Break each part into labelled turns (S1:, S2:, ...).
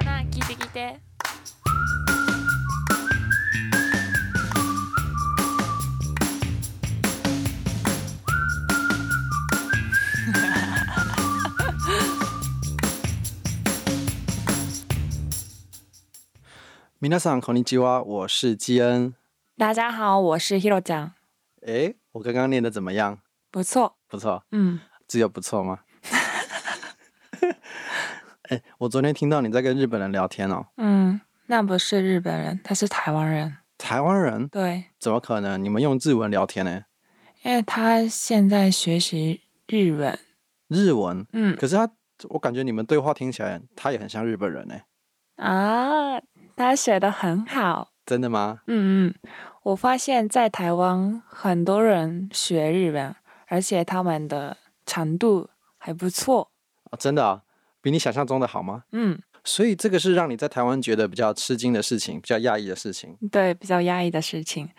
S1: 谢。
S2: 皆さんこんにちは，我是基恩。
S1: 大家好，我是 Hiro 酱，
S2: 诶，我刚刚念的怎么样？
S1: 不错，
S2: 不错，
S1: 嗯，
S2: 只有不错吗？ 诶，我昨天听到你在跟日本人聊天哦，
S1: 嗯，那不是日本人，他是台湾人。
S2: 台湾人
S1: 对，
S2: 怎么可能？你们用日文聊天呢？
S1: 因为他现在学习日文。
S2: 日文，
S1: 嗯
S2: 可是他，我感觉你们对话听起来，他也很像日本人呢。
S1: 啊，他学的很好。
S2: 真的吗？
S1: 嗯嗯，我发现在台湾很多人学日文，而且他们的程度还不错。
S2: 啊，真的啊，比你想象中的好吗？
S1: 嗯，
S2: 所以这个是让你在台湾觉得比较吃惊的事情，比较讶异的事情，
S1: 对，比较压抑的事情，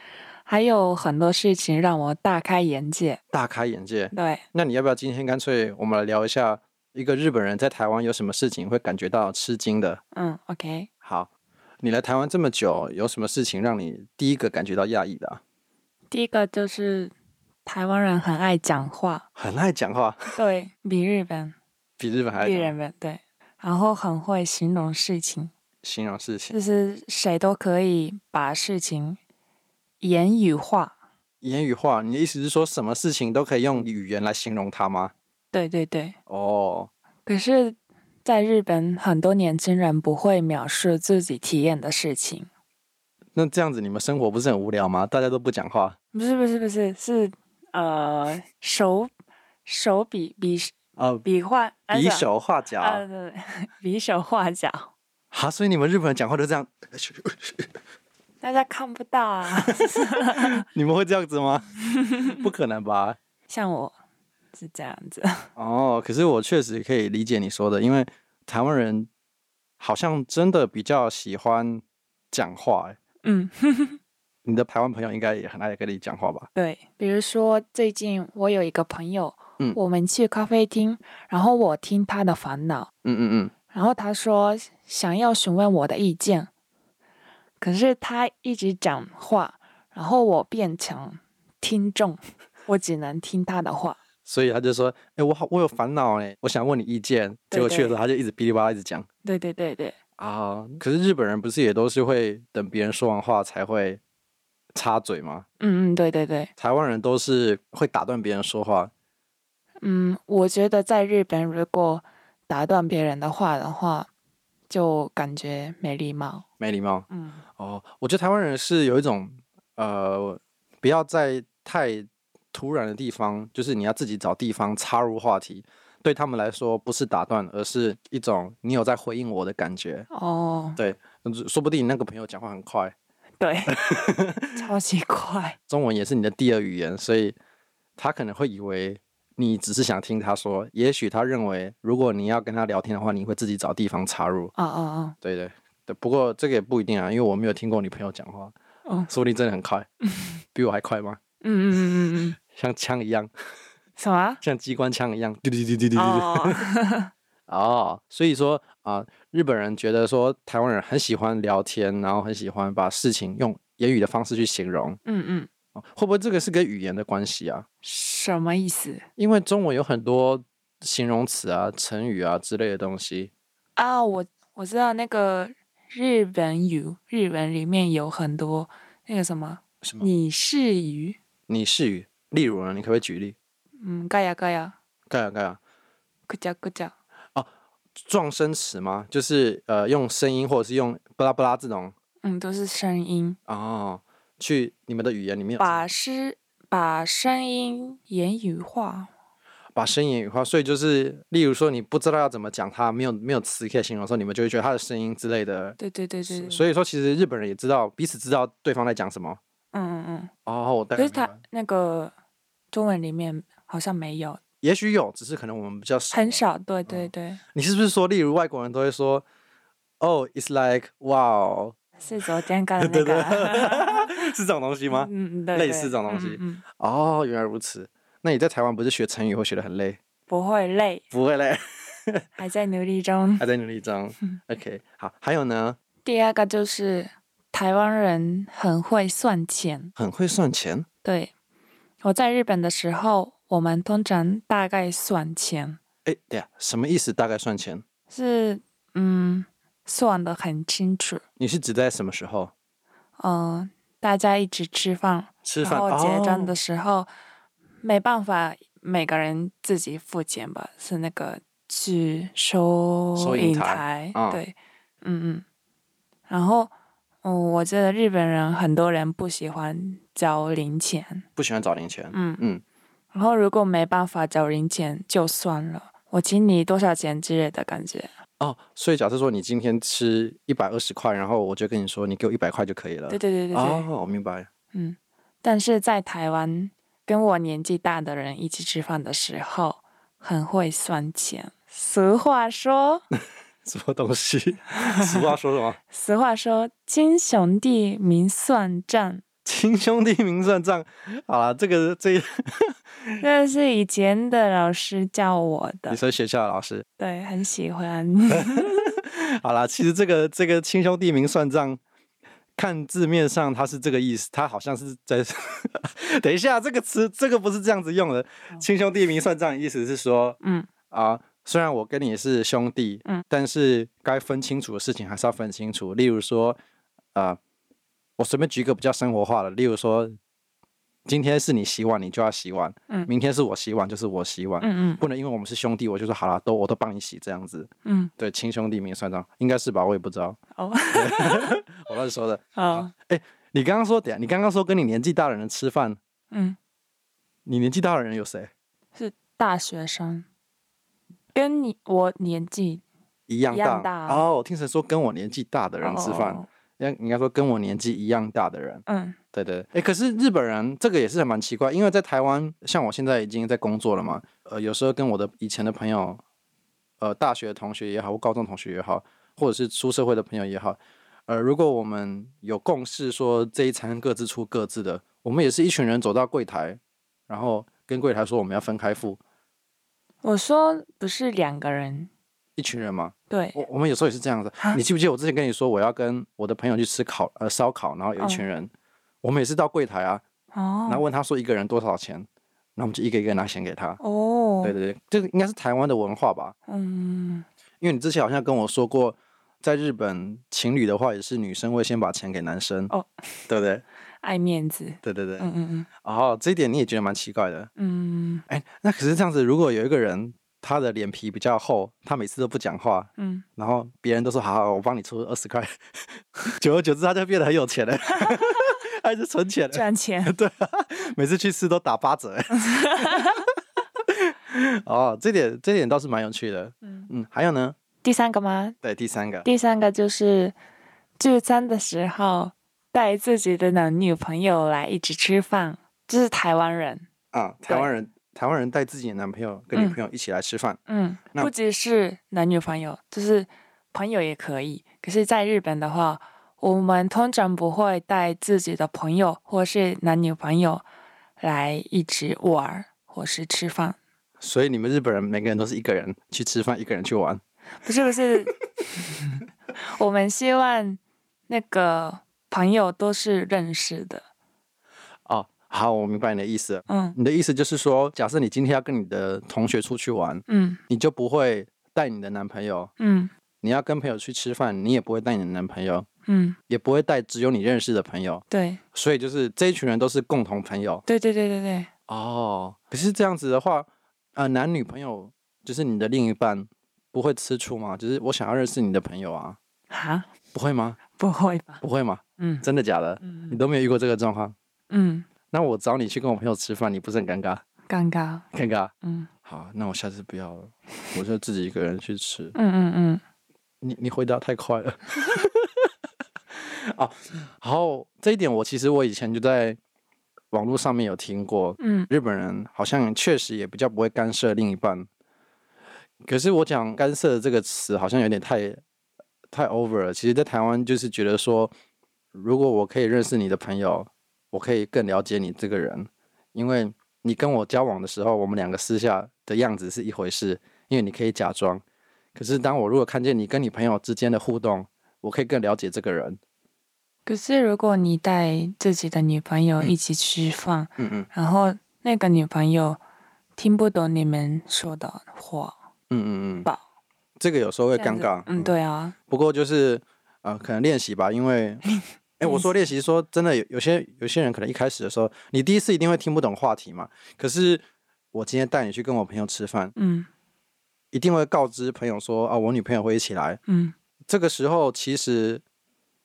S1: 还有很多事情让我大开眼界。
S2: 大开眼界。
S1: 对，
S2: 那你要不要今天干脆我们来聊一下，一个日本人在台湾有什么事情会感觉到吃惊的？
S1: 嗯，OK。
S2: 好，你来台湾这么久，有什么事情让你第一个感觉到讶异的啊、
S1: 第一个就是台湾人很爱讲 话，
S2: 很爱讲话，
S1: 对比日本，
S2: 比日本还爱
S1: 比
S2: 讲
S1: 日本对，然后很会形容事情，
S2: 形容事
S1: 嗯
S2: 情，
S1: 就是谁都可以把事情言语化。
S2: 言语化。你的意思是说什么事情都可以用语言来形容它吗？
S1: 对对对，
S2: 哦，
S1: 可是，在日本，很多年轻人不会描述自己体验的事情，
S2: 那这样子你们生活不是很无聊吗？大家都不讲话
S1: 不是不是不是是呃手手比比
S2: 啊、
S1: 比划啊
S2: 比
S1: 是吧
S2: 手画脚
S1: 啊
S2: 啊、
S1: 对对 对比手画脚，
S2: 所以你们日本人讲话都这样，
S1: 大家看不到啊。
S2: 你们会这样子吗？ 不可能吧？
S1: 像我是这样子，
S2: 哦，可是我确实可以理解你说的，因为台湾人好像真的比较喜欢讲话欸。
S1: 嗯，
S2: 你的台湾朋友应该也很爱跟你讲话吧？
S1: 对。比如说，最近我有一个朋友，
S2: 嗯
S1: 我们去咖啡厅，然后我听他的烦恼，
S2: 嗯嗯嗯，
S1: 然后他说想要询问我的意见，可是他一直讲话，然后我变成听众，我只能听他的话。
S2: 所以他就说：“哎、我好，我有烦恼哎，我想问你意见。”结
S1: 对
S2: 果去
S1: 对
S2: 的时候，他就一直噼里啪啦一直讲
S1: 对对对对，
S2: 啊。可是日本人不是也都是会等别人说完话才会插嘴吗？
S1: 嗯嗯，对对对，
S2: 台湾人都是会打断别人说话，
S1: 嗯，我觉得在日本如果打断别人的话的话，就感觉没礼貌。
S2: 没礼貌。
S1: 嗯。
S2: 哦，我觉得台湾人是有一种呃，不要在太突然的地方，就是你要自己找地方插入话题。对他们来说，不是打断，而是一种你有在回应我的感觉。
S1: 哦，
S2: 嗯说不定你那个朋友讲话很快，
S1: 对，超级快。
S2: 中文也是你的第二语言，所以他可能会以为你只是想听他说。也许他认为，如果你要跟他聊天的话，你会自己找地方插入。
S1: 啊啊
S2: 对对对，不过这个也不一定啊，因为我没有听过你朋友讲话，
S1: 啊！哦，
S2: 说不定真的很快，比我还快吗？
S1: 嗯嗯嗯嗯嗯，
S2: 像枪一样。
S1: 什么？
S2: 像机关枪一样，滴滴滴滴滴滴。
S1: 哦，
S2: 哦，所以说啊、日本人觉得说台湾人很喜欢聊天，然后很喜欢把事情用言语的方式去形容，
S1: 嗯嗯，
S2: 哦会不会这个是跟语言的关系啊？
S1: 什么意思
S2: 因为中文有很多形容词啊、成语啊之类的东西。
S1: 啊？我我知道那个日本语，日文里面有很多那个什么，
S2: 什么？
S1: 你是鱼，
S2: 你是语？例如呢？你可不可以举例？
S1: 嗯，嘎呀嘎呀，
S2: 干呀啊干呀，
S1: 咯叫咯叫，
S2: 撞声词吗？就是呃，用声音或者是用巴拉巴拉这种
S1: 嗯，都是声音，
S2: 哦，去你们的语言里面有这
S1: 把诗把声音言语化，
S2: 把声音语化，所以就是，例如说你不知道要怎么讲它，没有没有词可以形容的时候，你们就会觉得它的声音之类的。
S1: 对对对对，对
S2: 所以说，其实日本人也知道彼此知道对方在讲什么。
S1: 嗯嗯嗯，
S2: 哦，我大
S1: 可
S2: 概
S1: 是
S2: 明白
S1: 他那个中文里面好像没有，
S2: 也许有，只是可能我们比较少。
S1: 很。少，对对对，
S2: 你是不是说，例如外国人都会说，哦、i t s like wow，
S1: 是昨天干的
S2: 对
S1: 那
S2: 对
S1: 个啊，
S2: 是这种东西吗？
S1: 嗯，嗯对，
S2: 类
S1: 对
S2: 似这种东
S1: 嗯
S2: 西
S1: 嗯，
S2: 哦，原来如此。那你在台湾不是学成语会学得很累？
S1: 不会累，
S2: 不会累，
S1: 还在努力中。
S2: 还在努力中。OK，好，还有呢？
S1: 第二个就是台湾人很会算钱。
S2: 很会算钱，
S1: 对，我在日本的时候，我们通常大概算钱
S2: 哎，对呀，什么意思？大概算钱？
S1: 是嗯算的很清楚，
S2: 你是指在什么时候？
S1: 嗯、大家一起吃饭，
S2: 吃
S1: 然后结账的
S2: 哦
S1: 时候、没办法每个人自己付钱吧，是那个去收
S2: 收银
S1: 银
S2: 台
S1: 台，
S2: 嗯
S1: 对，嗯嗯，然后。嗯，我觉得日本人很多人不喜欢交零钱，
S2: 不喜欢找零钱。
S1: 嗯，
S2: 嗯，
S1: 然后如果没办法找零钱就算了，我请你多少钱之类的感觉。
S2: 哦，所以假设说你今天吃一百二十块，然后我就跟你说你给我一百块就可以了。
S1: 对对对对对。
S2: 哦，我明白。
S1: 嗯，但是在台湾跟我年纪大的人一起吃饭的时候，很会算钱。俗话说，
S2: 什么东西？俗话说什 么？
S1: 俗话说，亲兄弟明算账。
S2: 亲兄弟明算账。好啦，这个这一
S1: 这是以前的老师教我
S2: 嗯你
S1: 的，
S2: 说学校的老师。
S1: 对，很喜欢。
S2: 好啦，其实这个这个亲兄弟明算账，看字面上它是这个意思，它好像是在。 等一下，这个词这个不是这样子
S1: 哦
S2: 用的。亲兄弟明算账的意思是说
S1: 嗯，
S2: 啊、虽然我跟你是兄弟，
S1: 嗯
S2: 但是该分清楚的事情还是要分清楚。例如说，啊，我随便举一个比较生活化的，例如说，今天是你洗碗，你就要洗碗；，
S1: 嗯
S2: 明天是我洗碗，就是我洗碗。
S1: 嗯
S2: 不能因为我们是兄弟，我就说好啦，都我都帮你洗这样子。
S1: 嗯
S2: 对，亲兄弟明算账，应该是吧？我也不知道，
S1: 嗯，哦
S2: 我乱说的。
S1: 哦，
S2: 你刚刚说，等一下你刚刚说跟你年纪大的人吃饭，
S1: 嗯，
S2: 你年纪大的人有谁？
S1: 大学生，跟你我年纪
S2: 一样
S1: 一
S2: 大
S1: 样大
S2: 哦，我听成说跟我年纪大的
S1: 的
S2: 人吃饭，
S1: 哦、
S2: 应该应该说跟我年纪一样大的人。
S1: 嗯
S2: 对对，哎，可是日本人这个也是还蛮奇怪，因为在台湾，像我现在已经在工作了嘛，呃，有时候跟我的以前的朋友，呃，大学同学也好，或高中同学也好，或者是出社会的朋友也好，呃，如果我们有共识说这一餐各自出各自的，我们也是一群人走到柜台，然后跟柜台说我们要分开付，
S1: 我说不是两个人，
S2: 一群人嘛，
S1: 对，
S2: 我我们有时候也是这样子。你记不记得我之前跟你说我要跟我的朋友去吃烤呃烧烤，然后有一群人，我们也是到柜台啊，
S1: 哦，
S2: 然后问他说一个人多少钱，那我们就一个一个拿钱给他。
S1: 哦，
S2: 对对对，这个应该是台湾的文化吧？
S1: 嗯，
S2: 因为你之前好像跟我说过，在日本情侣的话也是女生会先把钱给男生，
S1: 哦，
S2: 对不对？
S1: 爱面子，
S2: 对对对，
S1: 嗯嗯
S2: 哦，这一点你也觉得蛮奇怪的。
S1: 嗯
S2: 哎，那可是这样子，如果有一个人他的脸皮比较厚，他每次都不讲话，
S1: 嗯 嗯，
S2: 然后别人都说好好，我帮你出二十块， 久而久之他就变得很有钱了， 他就存钱了。
S1: 赚钱，
S2: 对、啊，每次去吃都打 八折。哦，这点这点倒是蛮有趣的。
S1: 嗯，
S2: 嗯，还有呢，
S1: 第三个吗？
S2: 对，第三个，
S1: 第三个就是聚餐的时候带自己的男女朋友来一起吃饭，这、是台湾人，
S2: 啊，台湾人，台湾人带自己的男朋友跟女朋友一起来吃饭，
S1: 嗯，
S2: 那
S1: 不只是男女朋友，就是朋友也可以。可是，在日本的话，我们通常不会带自己的朋友或是男女朋友来一起玩儿或是吃饭。
S2: 所以你们日本人每个人都是一个人去吃饭，一个人去玩。
S1: 不是不是， 我们希望那个朋友都是认识的。
S2: 哦，好，我明白你的意思了。
S1: 嗯
S2: 你的意思就是说，假设你今天要跟你的同学出去玩，
S1: 嗯
S2: 你就不会带你的男朋友；
S1: 嗯
S2: 你要跟朋友去吃饭，你也不会带你的男朋友，
S1: 嗯，
S2: 也不会带只有你认识的朋友。
S1: 对
S2: 所以就是这一群人都是共同朋友。
S1: 对对对对对，
S2: 哦，可是这样子的话，呃，男女朋友就是你的另一半不会吃醋吗？就是我想要认识你的朋友啊，
S1: 哈，
S2: 不会吗？
S1: 不会吧？
S2: 不会吗？
S1: 嗯
S2: 真的假的？你
S1: 嗯
S2: 都没有遇过这个状况？
S1: 嗯，
S2: 那我找你去跟我朋友吃饭，你不是很尴尬？
S1: 尴尬。
S2: 尴尬。
S1: 嗯
S2: 好，啊那我下次不要了，我就自己一个人去吃。
S1: 嗯嗯嗯，
S2: 你你回答太快了。 哦，好，这一点我其实我以前就在网络上面有听过，
S1: 嗯
S2: 日本人好像确实也比较不会干涉另一半。可是我讲“干涉”这个词好像有点太太 over 了。其实，在台湾就是觉得说，如果我可以认识你的朋友，我可以更了解你这个人，因为你跟我交往的时候，我们两个私下的样子是一回事，因为你可以假装。可是，当我如果看见你跟你朋友之间的互动，我可以更了解这个人。
S1: 可是如果你带自己的女朋友一起吃饭，
S2: 嗯嗯
S1: 然后那个女朋友听不懂你们说的话，
S2: 嗯嗯嗯
S1: 吧，
S2: 这个有时候会
S1: 这样
S2: 尴
S1: 子
S2: 尬。
S1: 嗯，对啊，
S2: 不过就是呃，可能练习吧，因为，哎，我说练习说真的有有些有些人可能一开始的时候，你第一次一定会听不懂话题嘛。可是我今天带你去跟我朋友吃饭，
S1: 嗯
S2: 一定会告知朋友说啊，我女朋友会一起来。
S1: 嗯
S2: 这个时候其实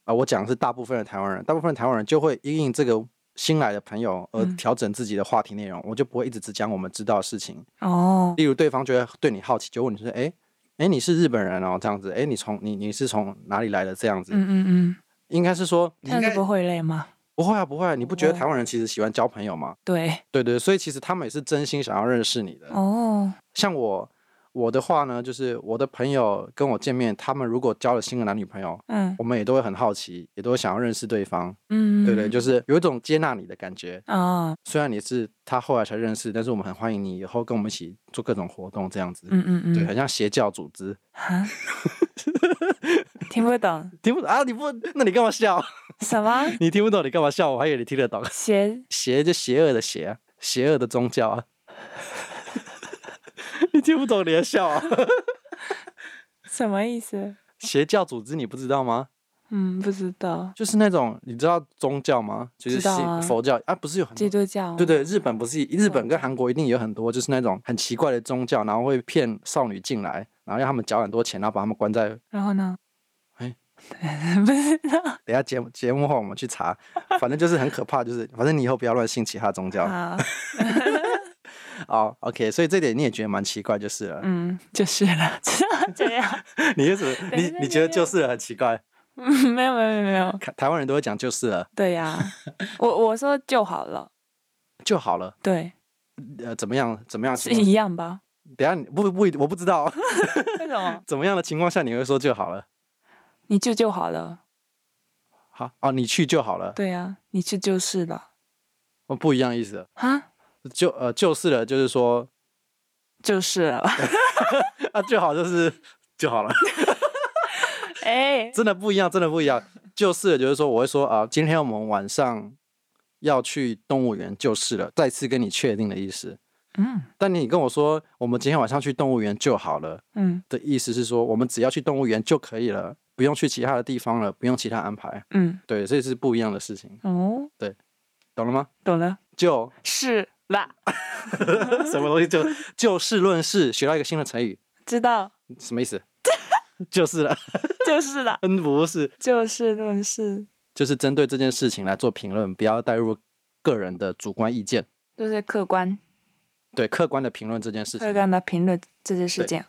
S2: 啊、我讲的是大部分的台湾人，大部分的台湾人就会因应这个新来的朋友而
S1: 嗯
S2: 调整自己的话题内容，我就不会一直只讲我们知道的事情。
S1: 哦，
S2: 例如对方觉得对你好奇，就问你说，哎。哎，你是日本人哦，这样子。哎，你从你你是从哪里来的？这样子，
S1: 嗯嗯嗯，
S2: 应该是说，
S1: 这
S2: 你应
S1: 样子
S2: 该
S1: 不会累吗？
S2: 不会啊，不会啊、你不觉得
S1: 哦
S2: 台湾人其实喜欢交朋友吗？
S1: 对，
S2: 对对，所以其实他们也是真心想要认识你的。
S1: 哦，
S2: 像我我的话呢，就是我的朋友跟我见面，他们如果交了新的男女朋友，
S1: 嗯
S2: 我们也都会很好奇，也都会想要认识对方，
S1: 嗯，
S2: 对对，就是是有一种接纳你的感觉。
S1: 啊，
S2: 虽然你是他后来才认识，但是我们很欢迎你以后跟我们一起做各种活动这样子。
S1: 嗯嗯
S2: 对，
S1: 嗯，
S2: 很像邪教组织，
S1: 哈，听不懂
S2: 听不懂啊？你不，那你干嘛笑？
S1: 什么
S2: 你听不懂，你干嘛笑？我还以为你听得懂。
S1: 邪
S2: 邪就邪恶的邪、啊，邪恶的宗教啊。 你听不懂你的笑啊？
S1: 什么意思？
S2: 邪教组织你不知道吗？
S1: 嗯，不知道，
S2: 就是那种你知道宗教吗？就是
S1: 知道
S2: 信
S1: 啊
S2: 佛教啊，不是有很
S1: 基
S2: 多？
S1: 督教，
S2: 对，对，日本不是日本
S1: 教
S2: 跟韩国一定有很多，就是那种很奇怪的宗教，然后会骗少女进来，然后让他们缴很多钱，然后把他们关在。
S1: 然后呢？
S2: 哎
S1: 不知道，
S2: 等一下节目节目后我们去查，反正就是很可怕，就是反正你以后不要乱信其他宗教。
S1: 好，
S2: 哦、o k 所以这点你也觉得蛮奇怪就是了。
S1: 嗯，就是了， 这样，
S2: 你为什么？
S1: 等一
S2: 你
S1: 下
S2: 你觉得
S1: 等一下
S2: 就是了很奇怪？
S1: 嗯， 没有没有没有没有，
S2: 看台湾人都会讲就是了
S1: 对呀、 我我说就好了，
S2: 就好了，
S1: 对，
S2: 呃，怎么样怎么样的
S1: 是
S2: 情况？
S1: 一样吧？
S2: 等一下你不不我不知 道
S1: 为什么？
S2: 怎么样的情况下你会说就好了，
S1: 你去就好了，
S2: 好哦，你去就好了，
S1: 对呀、你去就是了，
S2: 哦不一样意思，
S1: 啊，
S2: 就呃就是了，就是说
S1: 就是了，
S2: 啊就好就是就好了，
S1: 哎，
S2: 真的不一样，真的不一样，就是了，就是说我会说啊、今天我们晚上要去动物园就是了，再次跟你确定的意思。
S1: 嗯
S2: 但你跟我说我们今天晚上去动物园就好了
S1: 嗯
S2: 的意思是说我们只要去动物园就可以了，不用去其他的地方了，不用其他安排。
S1: 嗯，
S2: 对，这是不一样的事情，
S1: 哦，
S2: 懂了吗？
S1: 懂了，
S2: 就是
S1: 啦，
S2: 什么东西就就事论事，学到一个新的成语，
S1: 知道，
S2: 什么意思？ 就是了，
S1: 就是啦，
S2: 嗯，不是，
S1: 就事论事，
S2: 就是针对这件事情来做评论，不要带入个人的主观意见，
S1: 就是客观
S2: 对客观的评论这件事
S1: 客
S2: 情
S1: 观的评论这件事
S2: 对
S1: 情，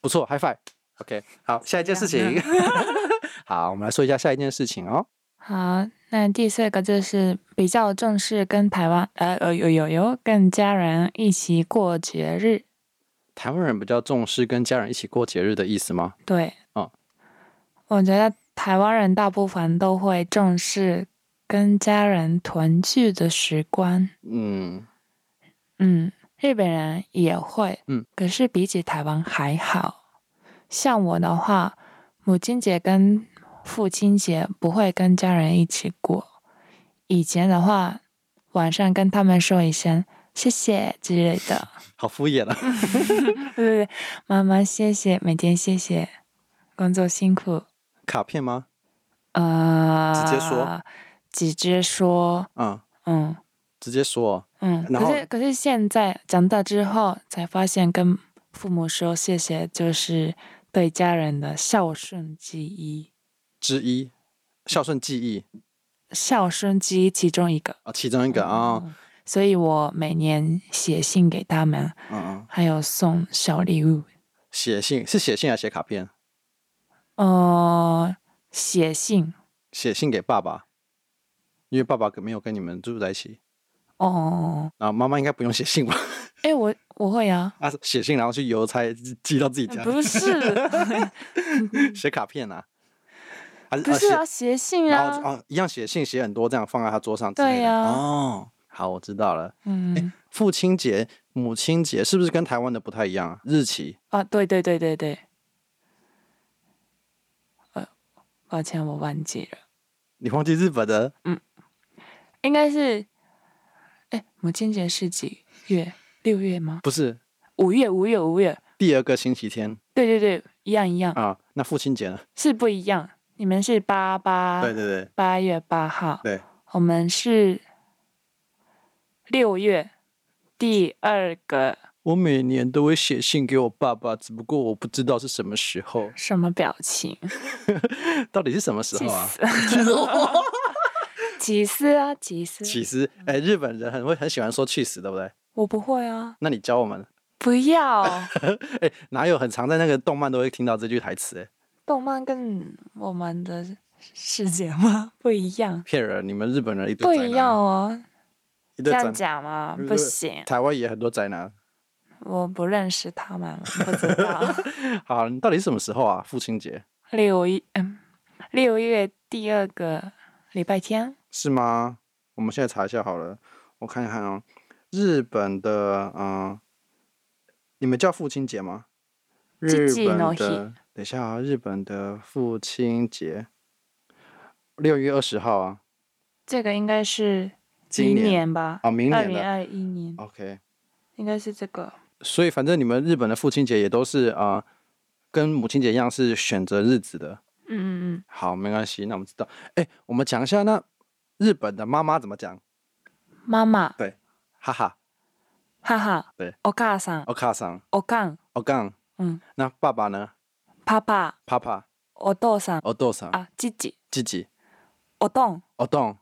S2: 不错，high five，OK，、好，下一件事情，好，我们来说一下下一件事情哦，
S1: 好，那第四个就是比较正式，跟台湾呃呃有有有跟家人一起过节日，
S2: 台湾人比较重视跟家人一起过节日的意思吗？
S1: 对，
S2: 哦，
S1: 我觉得台湾人大部分都会重视跟家人团聚的时光，
S2: 嗯，
S1: 嗯，日本人也会，
S2: 嗯，
S1: 可是比起台湾还好，像我的话，母亲节跟父亲节不会跟家人一起过，以前的话，晚上跟他们说一声谢谢之类 的，
S2: 好敷衍啊，
S1: 对对对，妈妈谢谢，每天谢谢，工作辛苦，
S2: 卡片吗？
S1: 呃，
S2: 直接说，
S1: 直接说，
S2: 啊、
S1: 嗯
S2: 直接说，哦
S1: 嗯，
S2: 然后
S1: 可是可是现在长大之后才发现，跟父母说谢谢就是对家人的孝顺之一，
S2: 之一，孝顺记忆
S1: 孝顺之一其中一个。
S2: 啊，其中一个啊、
S1: 嗯所以我每年写信给他们，
S2: 嗯嗯，
S1: 还有送小礼物。
S2: 写信是写信还是写卡片？
S1: 呃，写信
S2: 写信给爸爸，因为爸爸没有跟你们住在一起，
S1: 哦，
S2: 然后妈妈应该不用写信吧？
S1: 哎，我我会啊，
S2: 啊，写信然后去邮差寄到自己家，
S1: 不 是
S2: 写卡片啊，还是
S1: 不是啊，
S2: 啊
S1: 写
S2: 写，
S1: 信
S2: 然后
S1: 啊，
S2: 哦一样写信写很多，这样放在他桌上之类的。
S1: 对呀
S2: 哦，好，我知道了。
S1: 嗯
S2: 父亲节、母亲节是不是跟台湾的不太一样啊？日期
S1: 啊，对对对对对，呃抱歉，我忘记了，
S2: 你忘记日本的？
S1: 应该是，哎，母亲节是几月？六月吗？
S2: 不是
S1: 五月，五月，五月。
S2: 第二个星期天
S1: 对对对，一样一样，
S2: 啊？那父亲节呢？
S1: 是不一样。你们是八八
S2: 对对对
S1: 八月八号，
S2: 对，
S1: 我们是六月第二个
S2: 我每年都会写信给我爸爸，只不过我不知道是什么时候，
S1: 什么表情？
S2: 到底是什么时
S1: 祭
S2: 候啊？
S1: 司， 祭司啊，祭司，
S2: 其实，
S1: 嗯
S2: 哎、日本人很会很喜欢说 cheese，对不对？
S1: 我不会啊，
S2: 那你教我们，
S1: 不 要。
S2: 哎、哪有很常在那个动漫都会听到这句台词、哎，
S1: 动漫跟我们的世界吗？ 不一样，
S2: 骗人！你们日本人一
S1: 不
S2: 堆宅
S1: 一样
S2: 男，
S1: 哦。
S2: 一
S1: 这
S2: 堆宅
S1: 样
S2: 男，
S1: 讲嘛，
S2: 对
S1: 不
S2: 对
S1: 行，
S2: 台湾也很多宅男。
S1: 我不认识他们，不知道。
S2: 好，你到底是什么时候啊？父亲节
S1: 六一嗯，六月第二个礼拜天，
S2: 是吗？我们现在查一下好了，我看一看哦。日本的，嗯、你们叫父亲节吗？日
S1: Chichi
S2: 本
S1: no
S2: 的，等一下啊，日本的父亲节，六月二十号啊，
S1: 这个应该是
S2: 今
S1: 明
S2: 年
S1: 年吧，
S2: 哦，明
S1: 二
S2: 年
S1: 零
S2: 的。哦
S1: 二一年
S2: OK，
S1: 应该是这个。
S2: 所以反正你们日本的父亲节也都是啊、呃跟母亲节一样是选择日子的。
S1: 嗯嗯
S2: 好，没关系，那我们知道。哎，我们讲一下那日本的妈妈怎么讲，
S1: 嗯，妈妈，
S2: 哈哈，
S1: 哈哈，
S2: 对，
S1: お母さん、
S2: お母さん、
S1: おかん、
S2: おかん。
S1: 嗯，
S2: 那爸爸呢？
S1: パパ、
S2: パパ、
S1: お父さん、
S2: お父さん、
S1: 啊，自己，
S2: 哦自己、
S1: おどん、
S2: おどん。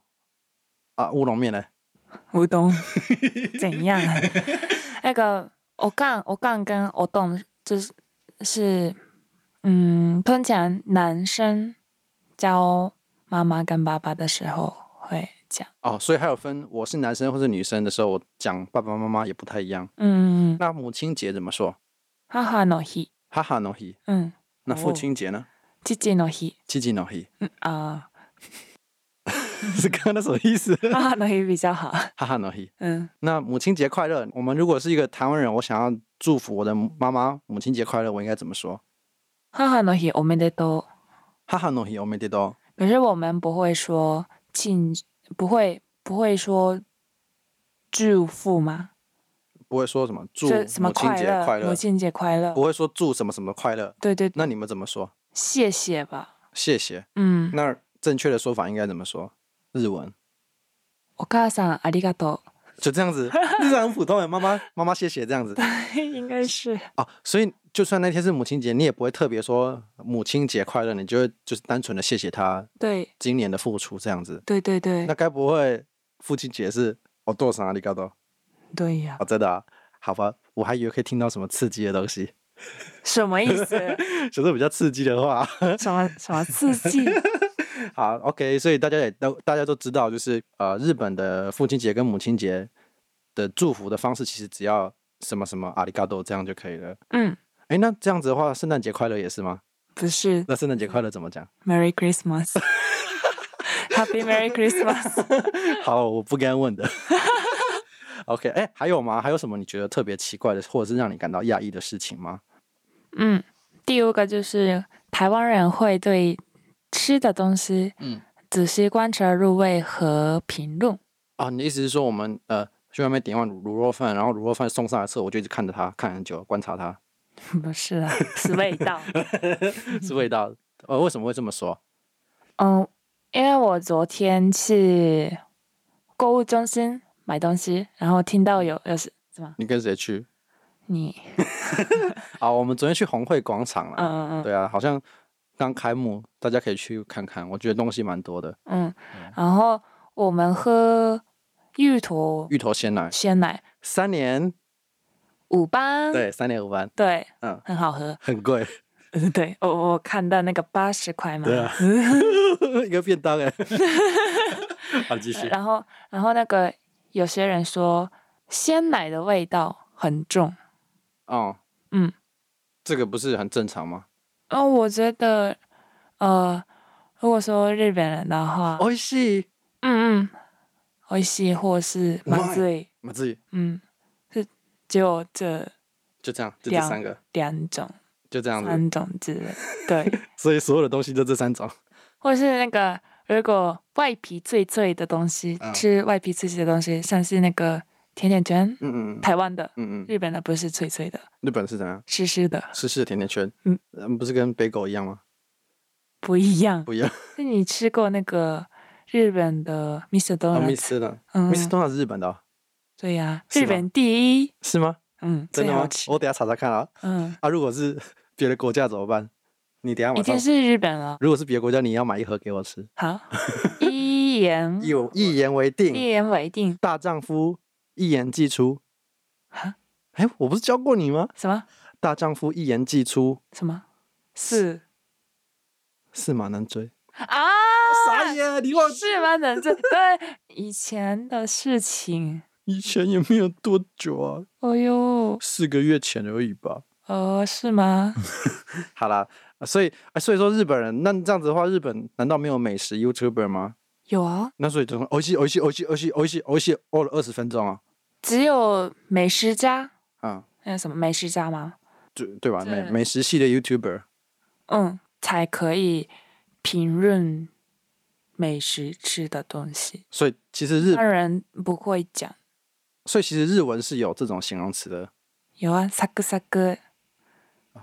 S2: 啊，乌龙面呢？
S1: 乌 冬怎样？那个我干我干跟我动就是是嗯，通常男生教妈妈跟爸爸的时候会讲，
S2: 哦，所以还有分，我是男生或是女生的时候，我讲爸爸妈妈也不太一样。
S1: 嗯，
S2: 那母亲节怎么说？
S1: 哈哈の日，
S2: 哈哈 no he。
S1: 嗯，
S2: 那父
S1: 哦
S2: 亲节呢？
S1: 父の日，
S2: 七七 no he。
S1: 嗯啊，
S2: 是刚刚那什么意思？
S1: 哈哈の日比较好，
S2: 哈哈 no he。
S1: 嗯，
S2: 那母亲节快乐！我们如果是一个台湾人，我想要祝福我的妈妈母亲节快乐，我应该怎么说？
S1: 哈哈の日おめでとう。
S2: 哈哈诺希欧美得多
S1: 可是我们不会说庆，不会不会说祝福吗？
S2: 不会说什么祝
S1: 这什么
S2: 母亲节
S1: 乐，
S2: 快乐
S1: 母，亲节快乐
S2: 不。会说祝什么什么快乐。
S1: 对对，
S2: 那你们怎么说？
S1: 谢谢吧。
S2: 谢谢。
S1: 嗯，
S2: 那正确的说法应该怎么说？日文
S1: お母さんありがと
S2: 就这样子，日常普通欸的妈妈妈妈谢谢这样子
S1: う。 应该是
S2: 哦。所以就算那天是母亲节，你也不会特别说母亲节快乐，你就会就是单纯的谢谢她
S1: 对
S2: 今年的付出这样子。
S1: 对对对
S2: 那该不会父亲节是我多少阿啊里高多？
S1: 对呀
S2: 哦，，真的、啊？好吧，我还以为可以听到什么刺激的东西，
S1: 什么意思？
S2: 就是比较刺激的话。
S1: 什么什么刺激？
S2: 好，OK，所以大家也都大家都知道，就是呃，日本的父亲节跟母亲节的祝福的方式，其实只要什么什么阿里嘎多这样就可以了。
S1: 嗯，
S2: 哎，那这样子的话，圣诞节快乐也是吗？
S1: 不是
S2: 那圣诞节快乐怎么讲？
S1: Merry Christmas 。Happy Merry Christmas！
S2: 好，我不该问的。OK，哎，还有吗？还有什么你觉得特别奇怪的，或者是让你感到讶异的事情吗？
S1: 嗯，第五个就是台湾人会对吃的东西，
S2: 嗯，
S1: 仔细观察入味和评论。
S2: 啊，你的意思是说我们呃去外面点一碗卤卤肉饭，然后卤肉饭送上来的时候，我就一直看着它，看很久，观察它
S1: 不是啊，是味道。
S2: 是味道。呃，为什么会这么说？
S1: 嗯，因为我昨天去购物中心买东西，然后听
S2: 嗯
S1: 到有有是怎么
S2: 你跟谁去？
S1: 你
S2: 啊，我们昨天去红会广场了。
S1: 嗯嗯
S2: 对啊，好像刚开幕，大家可以去看看。我觉得东西蛮多的，
S1: 嗯，然后我们喝芋头
S2: 芋头鲜奶
S1: 鲜奶
S2: 三年，
S1: 五班，
S2: 对，三年五万，
S1: 对
S2: 嗯，
S1: 很好喝。嗯
S2: 很贵，
S1: 对，我我看到那个八十块嘛，
S2: 对啊， 一个便当哎。好，继续。
S1: 然后然后那个有些人说鲜奶的味道很重，
S2: 哦，
S1: 嗯，
S2: 这个不是很正常吗？
S1: 哦，我觉得呃，如果说日本人的话，
S2: 美味しい，
S1: 嗯嗯，美味しい或是
S2: うまい
S1: まずい，
S2: 我自己
S1: 嗯，是只有这
S2: 就这样，就这
S1: 两
S2: 三个，
S1: 两种、
S2: 就这样子。
S1: 三种之类。对，
S2: 所以所有的东西就这三种。
S1: 或是那个如果外皮脆脆的东西，
S2: 嗯
S1: 吃外皮脆脆的东西，像是那个甜甜圈，
S2: 嗯嗯
S1: 台湾的，
S2: 嗯嗯，
S1: 日本的不是脆脆的，
S2: 日本是怎样？
S1: 湿湿的，
S2: 湿湿的甜甜圈，
S1: 嗯
S2: 嗯，不是跟北狗一样吗？
S1: 不一样。
S2: 不一样，
S1: 是你吃过那个日本的 Mr.
S2: 啊
S1: Donuts？、
S2: 密斯的，
S1: 嗯
S2: 密，斯多少是日本的哦，
S1: 对呀、
S2: 是
S1: 日
S2: 吗
S1: 本第一，
S2: 是吗？
S1: 嗯，
S2: 真
S1: 最
S2: 的
S1: 好
S2: 吗？
S1: 吃，
S2: 我等下查查看啊。
S1: 嗯，
S2: 啊，如果是别的国家怎么办？你等下
S1: 已
S2: 晚
S1: 经
S2: 上，
S1: 是日本了。
S2: 如果是别的国家，你要买一盒给我吃。
S1: 好，一言
S2: 一我一言为
S1: 一
S2: 定，
S1: 言为定，
S2: 大丈夫一言既出。
S1: 啊？
S2: 哎，我不是教过你吗？
S1: 什么
S2: 大丈夫一言既出，
S1: 什么是
S2: 驷马难追。
S1: 啊？
S2: 傻眼，你忘记
S1: 是吗？能这 对以前的事情，
S2: 以前也没有多久啊，
S1: 哦呦，
S2: 四个月前而已吧。
S1: 呃，是 吗？
S2: 好啦，啊所以啊所以说日本人，那这样子的话，日本难道没有美食 YouTuber 吗？
S1: 有啊，
S2: 那所以就说，欧西欧西欧西欧西欧西欧西欧了二十分钟啊，
S1: 只有美食家，
S2: 啊、
S1: 那什么美食家吗？
S2: 对对吧？美
S1: 对
S2: 美食系的 YouTuber，
S1: 嗯，才可以评论美食吃的东西。
S2: 所以其实日
S1: 当然不会讲，
S2: 所以其实日文是有这种形容词的。呃
S1: 有啊，萨克萨克，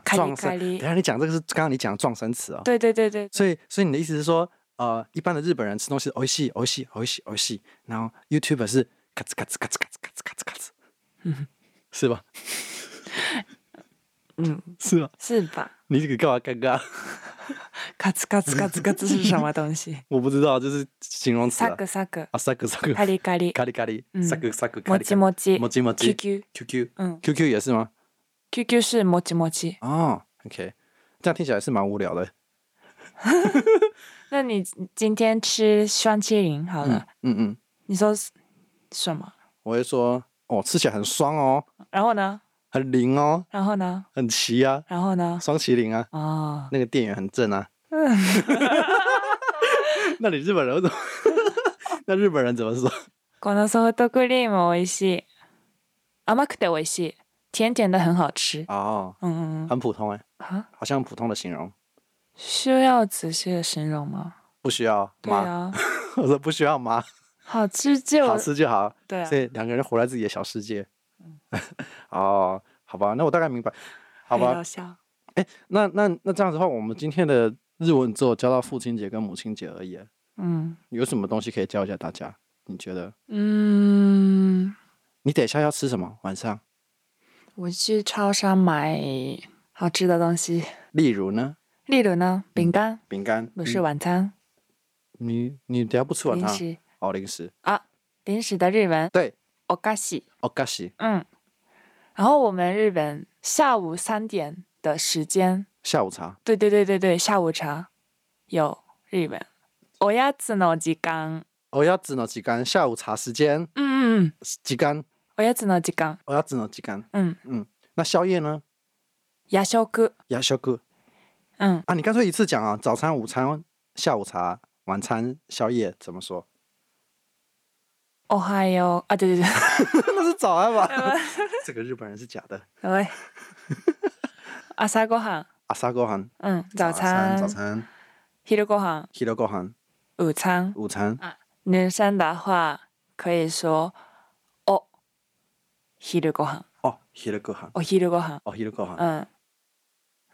S1: 咖喱
S2: 撞
S1: 咖
S2: 声，等一
S1: 喱，
S2: 下你讲这个是刚刚你讲的撞声词啊、
S1: 对对对对，
S2: 所以所以你的意思是说，呃，一般的日本人吃东西，欧西欧西欧西欧西，然后 YouTuber 是咔吱咔吱咔吱咔吱咔吱咔吱咔吱， 是吧？
S1: 嗯，
S2: 是吧？
S1: 是 吧？
S2: 你这个干嘛尴尬？？
S1: 咔吱咔吱咔吱咔吱是什么东西
S2: 我不知道，就是形容 词
S1: 萨
S2: 啊。
S1: 克萨克，
S2: 啊，萨克萨克，
S1: 咖喱咖喱，
S2: 咖喱咖喱，
S1: 嗯
S2: 萨克萨克，咖
S1: も
S2: 喱
S1: ちもち，
S2: もちもち
S1: QQ，
S2: QQ
S1: 嗯
S2: QQ 也是吗？
S1: ，QQ 是もちもち。
S2: 哦，OK，这样听起来是蛮无聊的。
S1: 那你今天吃双麒麟好
S2: 嗯
S1: 了，
S2: 嗯嗯，
S1: 你说是什么？
S2: 我会说哦，吃起来很爽哦，
S1: 然后呢？
S2: 很灵哦，
S1: 然后呢？
S2: 很齐啊，
S1: 然后呢？
S2: 双麒麟啊，
S1: 哦，
S2: 那个店员很正啊。那你日本人怎么？ 那日本人怎么说？
S1: このソフトクリーム美味しい，甘くて美味しい，甜甜的很好吃。
S2: 哦，
S1: 嗯嗯
S2: 很普通哎，
S1: 嗯啊，
S2: 好像很普通的形容，
S1: 需要仔细的形容吗？
S2: 不需要
S1: 对
S2: 妈，
S1: 啊，
S2: 我说不需要妈，
S1: 好吃就
S2: 好吃就好。
S1: 对啊嗯
S2: 所，以两个人活在自己的小世界。 哦，好吧，那我大概明白。好
S1: 很
S2: 吧
S1: 搞，笑。
S2: 那那那这样子的话，我们今天的日文只有教到父亲节跟母亲节而已。欸
S1: 嗯
S2: 有什么东西可以教一下大家？你觉得？
S1: 嗯，
S2: 你等一下要吃什么？晚上？
S1: 我去超商买好吃的东西，
S2: 例如呢？
S1: 例如呢，饼干
S2: 饼干？
S1: 不是
S2: 嗯
S1: 晚餐，
S2: 你你等一下不吃晚
S1: 零
S2: 餐啊？
S1: 食
S2: 哦，零食。
S1: 啊，零食的日文
S2: 对，
S1: お菓子。
S2: 哦，咖西。
S1: 嗯，然后我们日本下午三点的时间，
S2: 下午茶。
S1: 对对对对对，下午茶有日本。おやつの時間。
S2: 我要只能几干下午茶时间
S1: 嗯嗯嗯，
S2: 几干，
S1: おやつの時間。
S2: 我要只能几干。
S1: 嗯，
S2: 那宵夜呢？
S1: 夜食。
S2: 呀，小哥
S1: 嗯，
S2: 啊，你干脆一次讲啊，早餐、午餐、下午茶、晚餐、宵夜怎么说？
S1: おはよう。啊，对对对，
S2: 那是早安吧？这个日本人是假的。
S1: 喂， 朝ごはん。
S2: 阿萨ご飯、
S1: 嗯，早餐
S2: 早。餐、
S1: 昼ごはん。
S2: 昼ご飯、
S1: 午餐。
S2: 午餐、
S1: 女生的话可以说お昼ごはん。
S2: 哦，昼ご飯、
S1: お昼ごはん。
S2: 哦，昼ご飯、
S1: 嗯，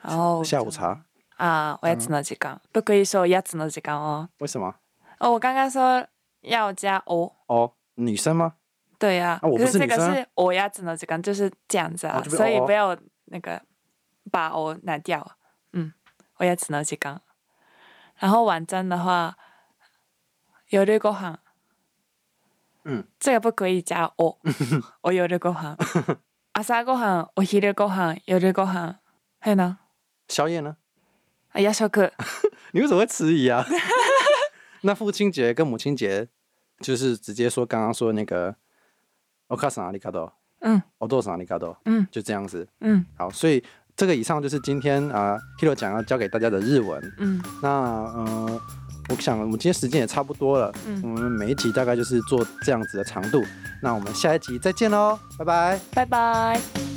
S1: 然后
S2: 下午茶，嗯
S1: 啊，おやつの時間，不可以说やつの時間哦。
S2: 为什么？
S1: 哦，我刚刚说要加お，
S2: 哦，女生吗？
S1: 对呀、
S2: 啊我不
S1: 可
S2: 是
S1: 是这
S2: 女
S1: 个
S2: 生啊
S1: 是おやつの時間，就是这样子啊，
S2: 哦这边
S1: 所以
S2: 哦哦
S1: 不要那个把お拿掉。嗯，おやつの時間。然后晚餐的话，夜ご飯。
S2: 嗯，
S1: 这个不可以加 お，お夜ご飯。朝ごはん、お昼ご飯、夜ご飯。还有呢？
S2: 宵夜呢？
S1: 啊，夜 食。
S2: 你为什么会迟疑啊？ 那父亲节跟母亲节，就是直接说刚刚说那个お母さんありがとう、
S1: 嗯
S2: お父さんありがとう，
S1: 嗯
S2: 就这样子。
S1: 嗯
S2: 好，所以这个以上就是今天啊、Hiro 讲要教给大家的日文。
S1: 嗯
S2: 那呃，我想我们今天时间也差不多了，我
S1: 嗯，
S2: 们每一集大概就是做这样子的长度。那我们下一集再见喽，拜拜。
S1: 拜拜。